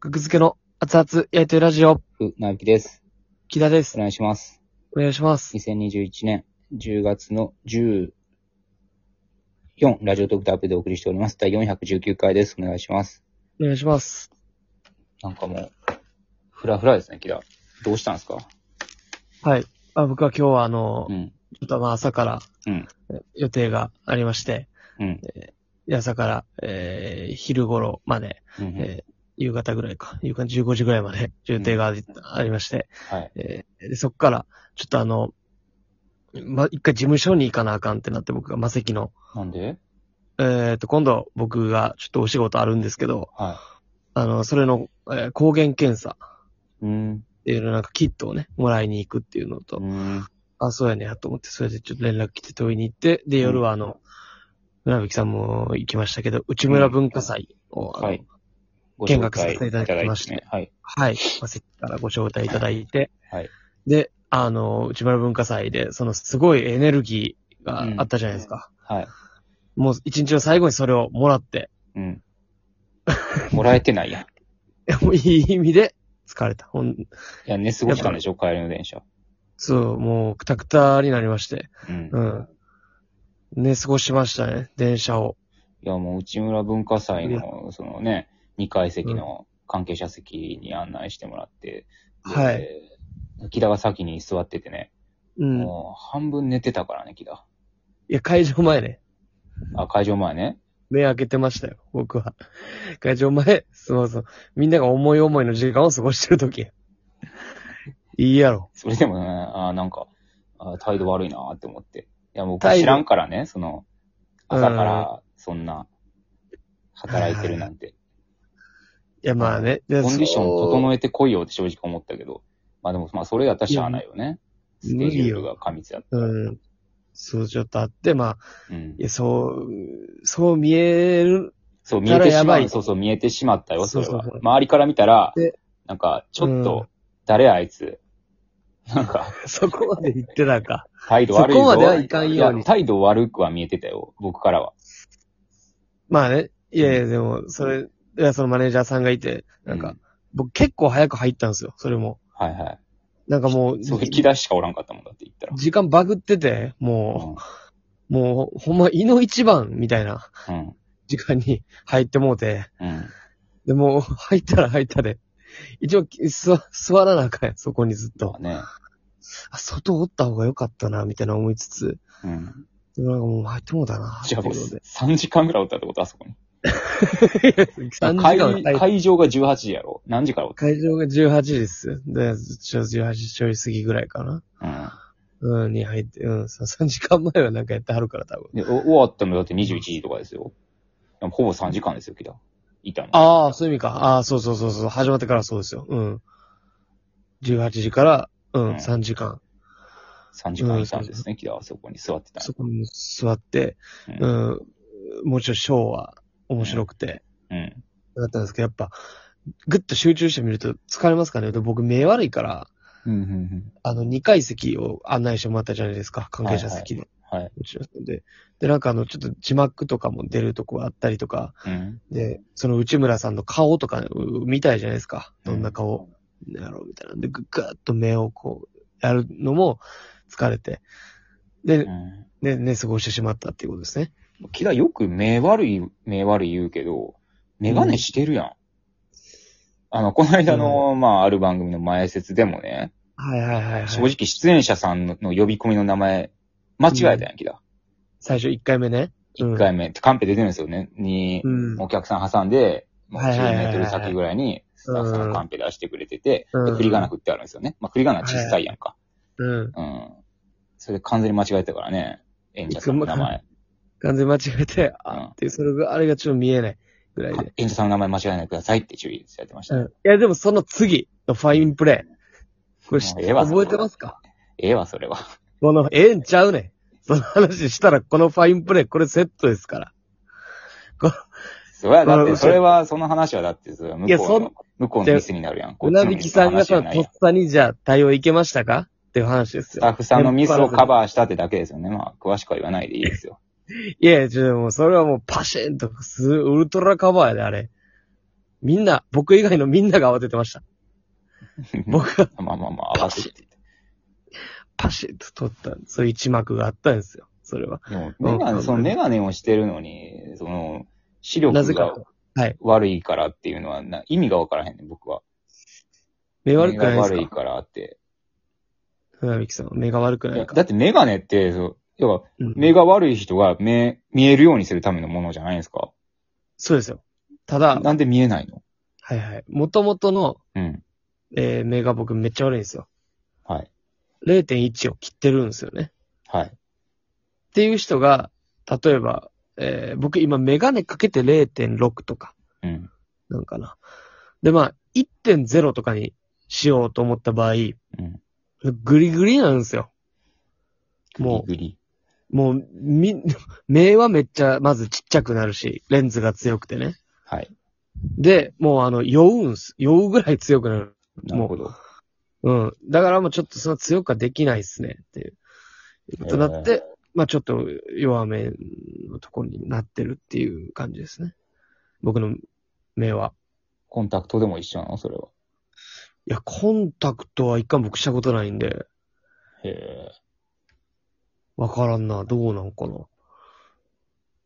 格付けの熱々焼いてるラジオ、ふ、なびきです。木田でおす。願いします。お願いします。 2021年10月の14、ラジオトークタップでお送りしております。第419回です。お願いします。お願いします。なんかもう、ふらふらですね、キラ。どうしたんですかはい。あ僕は今日はあの、うん。ちょっとまあ朝から、うんえ予定がありまして、うん。で朝から、えー、昼頃まで、うん。えー夕方ぐらいか、夕方15時ぐらいまで予定があり,、ありまして、はい。えーでそこから、ちょっとあの、ま、一回事務所に行かなあかんってなって僕が魔石の、なんでえっ、と、今度僕がちょっとお仕事あるんですけど、はあの、それの、えー抗原検査、い。うん。っていうの、なんかキットをね、もらいに行くっていうのと、うん。あ、そうやねやと思って、それでちょっと連絡来て問いに行って、で、夜はあの、船引さんも行きましたけど、内村文化祭を、あのはい。ご見学させていただきましていただいねははい。い、まあ、席からご招待いただいて、はい。で、あの、内村文化祭で、そのすごいエネルギーがあったじゃないですか。はい。もう一日の最後にそれをもらって、 うん。 もらえてないやん。いもういい意味で疲れた。ほんや、寝過ごしたんでしょ帰りの電車。そう、もうくたくたになりまして、うんう。ん。寝過ごしましたね、電車を。いや、もう内村文化祭の、そのね、2階席の関係者席に案内してもらって、はで。木田が先に座っててね、うん。もう半分寝てたからね、木田。いや、会場前ね。あ、会場前ね。目開けてましたよ、僕は。会場前、そうそう。みんなが思い思いの時間を過ごしてる時。いいやろ。それでもね、あなんか、あ態度悪いなって思って。いや、僕態度知らんからね、その、朝からそんな、働いてるなんて。いや、まあね。でコンディション整え。えてこいよって正直思ったけど、まあでも、まあそれやったらしゃあないよね。いやスケジュールが過密やった。うん。そう、ちょっとあって、まあ、うんいや、そう、そう見える。 そう、見えてしやま。ばいうそうそう、見えてしまったよ、それそうはそうそう。周りから見たらで、なんか、ちょっうんと、誰あいつ、 なんか、そこまで言ってたか。態度悪いぞ。そこまではいかんようにいや態度悪くは見えてたよ、僕からは。まあね。いやいや、でも、それ、いや、そのマネージャーさんがいて、なんうか、僕結構早く入ったんですよ、それも。はいはなんかもう、い。 そう、引き出ししかおらんかったもんだって言ったら。時間バグってて、もう、もう、ほんま、胃の一番みたいな。うん。時間に入ってもうて、うん。でも、入ったら入ったで。一応、き座、座らなあかんやん、そこにずっととは。ね。あ外おった方が良かったな、みたいな思いつつ。うん。でもなんかもう入ってもうたな。じゃあ僕、っていうので3時間ぐらいおったってことあそこに。 3時間会入っ会場が18時やろ何時からおった会場が18時です。で、ちょ18時ちょい過ぎぐらいかな。うん。うん、に入って、うん、そう3時間前はなんかやってはるから、多分。で、お終わったのだって21時とかですよ。でもほぼ3時間ですよ、木田。いたの。ああ、そういう意味か。ああ、そうそうそうそう。始まってからそうですよ。うん。18時から、ううんん、3時間。 3時間いたんですね、木田はそこに座ってたそこに座って、の。うん、もちろんショーは面白くて、うん。だったんですけど、やっぱ、ぐっと集中してみると疲れますかねで僕、目悪いから、うん、うん、うん。あの、2階席を案内してもらったじゃないですか、関係者席で。はい。もちろんで、で、なんかあの、ちょっと字幕とかも出るとこあったりとか、うん。で、その内村さんの顔とかう見たいじゃないですか。うんどんな顔やろうみたいなんで、ぐぐーっと目をこう、やるのも疲れて、で、うね、寝過ごしてしまったっていうことですね。ん。木田よく目悪い、目悪い言うけど、メガネしてるやん。あの、この間の、まあ、ある番組の前説でもね、はいはいはい、はい。正直出演者さんの呼び込みの名前、間違えたやん、木田。最初1回目ね。 1回目ってカンペ出てるんですよね。に、うん。お客さん挟んで、もうはいはい10はいメはいートル先ぐらいに、スタッフさんがカンペ出してくれてて、うんで、振り仮名振ってあるんですよね。まあ、振り仮名小さいやんか。うん。うん。それ完全に間違えてたからね。演者さんの名前。完全に間違えて、うんあっていう、それが、あれがちょっと見えないぐらいで。演者さんの名前間違えないでくださいって注意されてましたうね。ん。いや、でもその次のファインプレー。これ知っもうええわ覚えてますかええわ、それは。この、ええんちゃうねん。その話したら、このファインプレー、これセットですから。それは、だっまあて、それは、その話はだって、それは向いやこそうのん、向こうのミスになるやん。こっうちのなミびスきさんがのさ、話とっじゃないやんさにじゃあ対応いけましたかっていう話ですスタよ。ッフさんのミスをカバーしたってだけですよね。まあ、詳しくは言わないでいいですよ。いや、ちょ、でもそれはもうパシーンと、す、ウルトラカバーやで、あれ。みんな、僕以外のみんなが慌ててました。僕がまあまあまあ、合わせて。パシッと取った、そういう一幕があったんですよ。それは。でも、メガネ、そのメガネをしてるのに、その、視力なぜがか、悪いからっていうのはな、意味がわからへんねん、僕は。目悪くない目でがす悪いかからって。船引さん、目が悪くいなやいか。だってメガネって、そう要は、うん目が悪い人が目、見えるようにするためのものじゃないですか。そうですよ。ただ、なんで見えないのはいはい。元々の、うん。えー目が僕めっちゃ悪いんですよ。はい。 0.1を切ってるんですよね。はい。っていう人が、例えば、えー僕今メガネかけて0.6とか、うん。なんかな。で、まあ、1.0とかにしようと思った場合、うん。グリグリなんですよ。もグリグリ。う、もう、み、 目はめっちゃ、まずちっちゃくなるし、レンズが強くてね。はい。で、もうあの、酔うんす。酔うぐらい強くなる。なるほど。うん。だからもうちょっとその強くはできないっすね、っていう。ことになって、まあちょっと弱めのところになってるっていう感じですね。僕の目は。コンタクトでも一緒なのそれは。いや、コンタクトは一回も僕したことないんで、へえ。わからんな。どうなんかな。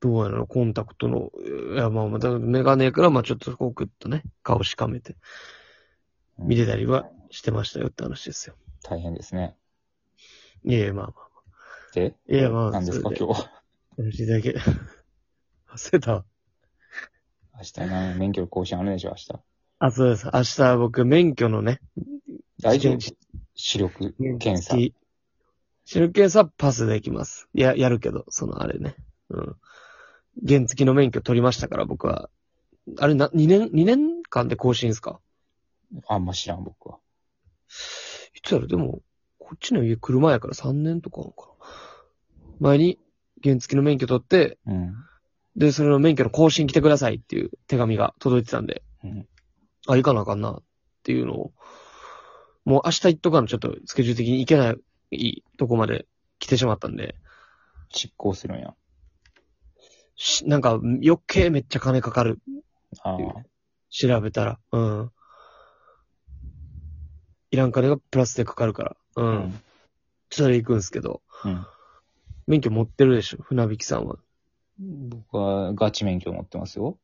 どうやらコンタクトの、いや、まあまあ、だからメガネやから、まあちょっとこうグッとね、顔しかめて見てたりはしてましたよって話ですよ。大変ですね。いやいや、まあまあ。でいやまあ何ですかそれで今日。話だけ。忘れたわ。明日何免許更新あるでしょ明日。あ、そうです。明日僕、免許のね、大丈夫視視力検検査査。。視力検査はパスできます。いや、やるけど、そのあれね。うん。原付きの免許取りましたから、僕は。あれな、2年、2年間で更新ですかあんま知らん、僕は。いつやろでも、こっちの家車やから3年とかなのかな。前に、原付きの免許取って、うん。で、それの免許の更新来てくださいっていう手紙が届いてたんで、うんあ、行かなあかんなっていうのを、もう明日行っとかのちょっとスケジュール的に行けないとこまで来てしまったんで、執行するんや。しなんか余計めっちゃ金かかる。ああ。調べたら、うん。いらん金がプラスでかかるから、う。うんそれ行くんすけど、うん。免許持ってるでしょ、船引きさんは。 僕はガチ免許持ってますよ。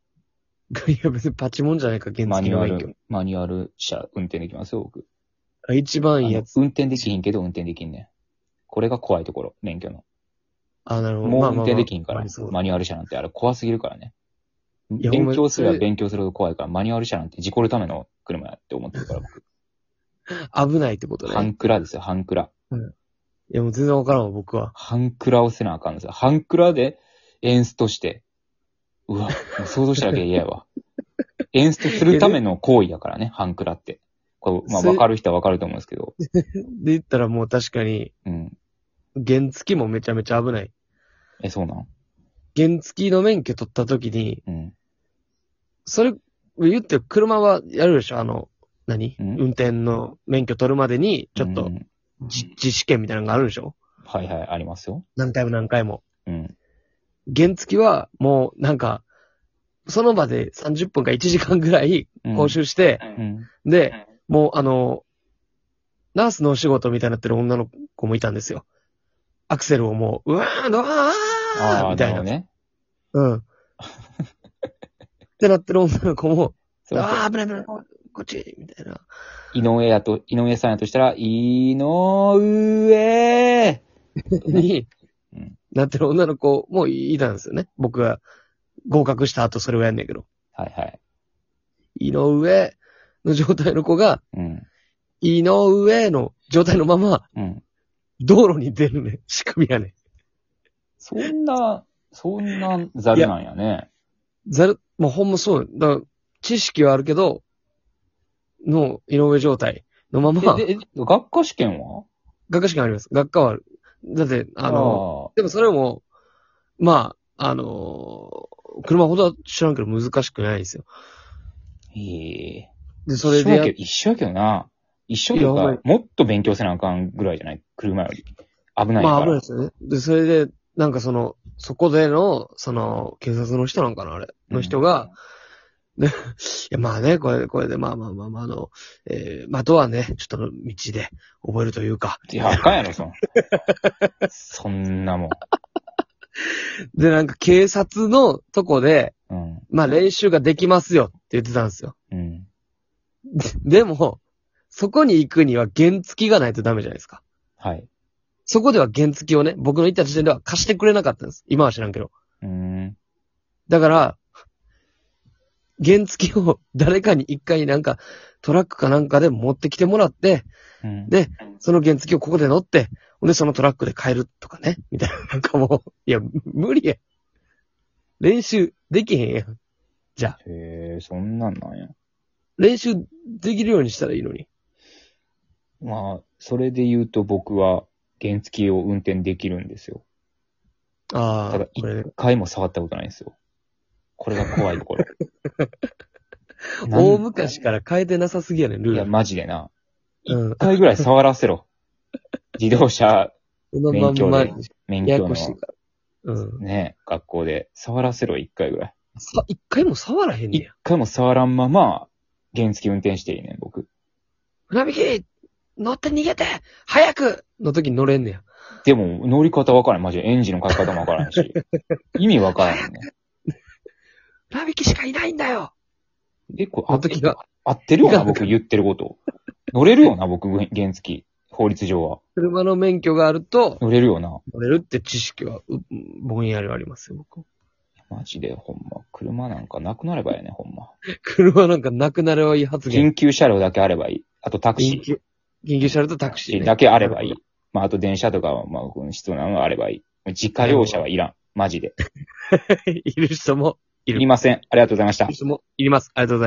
いや別にパチモンじゃないか、原マ付ニュのア免許ル。、マニュアル車運転できますよ、僕。あ一番いいやあのつ。運転できひんけど運転できんねん。これが怖いところ、免許の。あ、なるほど。もうまあ運まあまあ転できひんから、ありそうマニュアル車なんてあれ怖すぎるからね。いやほんま勉強すれそばれ勉強するほど怖いから、マニュアル車なんて事故るための車やって思って るから、僕。危ないってことね。半クラですよ、半クラ。いや、もう全然わからんわ、僕は。半クラをせなあかんのですよ。半クラで演出として。うわ、もう想像しただけで嫌や わ。演出するための行為だからね、半クラって。これ、まあ、それわかる人はわかると思うんですけど。で、言ったらもう確かに、うん。原付もめちゃめちゃ危ない。え、そうなん原付の免許取った時に、うん。それ、言って車はやるでしょあの、何、うん運転の免許取るまでに、ちょっうとんじ、実試験みたいなのがあるでしょはいはい、ありますよ。何回も何回も。うん。原付は、もう、なんか、その場で30分か1時間ぐらいうん講。習して、うん。で、もうあの、ナースのお仕事みたいになってる女の子もいたんですよ。アクセルをもう、うわー、うわあーあ、みたなな。いるほどね。うん。ってなってる女の子も、そうそうああ、危ない危ない、こっち、みたいな。井上やと、井上さんやとしたら、井上にうん、なってる女の子もいたんですよね。僕が合格した後それをやんねんけど。はいはい。井上の状態の子が、うん。井上の状態のままうん。道路に出るね。仕組みやね。そんな、そんなザルなんやね。ざる、もうほんまそう。だから、知識はあるけど、の、井上状態のまま、え、で、え学科試験は学科試験あります。学科はある。だって、あの、の、でもそれも、まあ、あのー車ほどは知らんけど難しくないですよ。ええで、それでやっ、一緒やけどな。一緒といういやほんまか、もっと勉強せなあかんぐらいじゃない車より。危ないから。まあ危ないですよね。で、それで、なんかその、そこでの、その、警察の人なんかな、あれ、の人が、で、や、まあね、これ、これで、まあまあまあまあ、あの、えー、まあ、あとはね、ちょっとの道で覚えるというか。いや、あかんやろ、そん。そんなもん。で、なんか警察のとこで、うん。まあ練習ができますよって言ってたんですよ。うん。でも、そこに行くには原付きがないとダメじゃないですか。はい。そこでは原付きをね、僕の行った時点では貸してくれなかったんです。今は知らんけど。うーん。だから、原付きを誰かに一回なんかトラックかなんかで持ってきてもらって、うん。で、その原付きをここで乗って、ほんでそのトラックで帰るとかね、みたいな。なんかもう、いや、無理や。練習できへんやん。へえ、そんなんなんや。練習できるようにしたらいいのに。まあ、それで言うと僕は原付を運転できるんですよ。あただあ、これ、。一回も触ったことないんですよ。これが怖いところ大昔から変えてなさすぎやねん、ルいや、ール。マジでな。うん一回ぐらい触らせろ。自動車そのまんま、勉強免やや許このしいから。うん。ね、学校で触らせろ、一回ぐらい。さ、一回も触らへんね一や。回も触らんまま、原付運転していいねん、僕。船引き乗って逃げて早くの時に乗れんねや。でも、乗り方わからん。マジでエンジンのかけ方もわから んし。意味わからんね。船引きしかいないんだよえ、これ、の時が合ってるよがな、僕言ってること。乗れるよな、僕、原付法律上は。車の免許があると、乗れるよな。乗れるって知識は、うぼんやりありますよ、僕。マジで、ほんま。車なんかなくなればいいね、ほんま。 車なんかなくなればいい発言。緊急車両だけあればいい。あとタクシ緊ー。急、緊急車両とタクシーね、だけあればいい。まあ、あと電車とかは、まあ、うん必要なのがあればいい。自家用車はいらん。マジで。 いる人もいるいりません。ありがとうございましたいる。人もいります。ありがとうございます。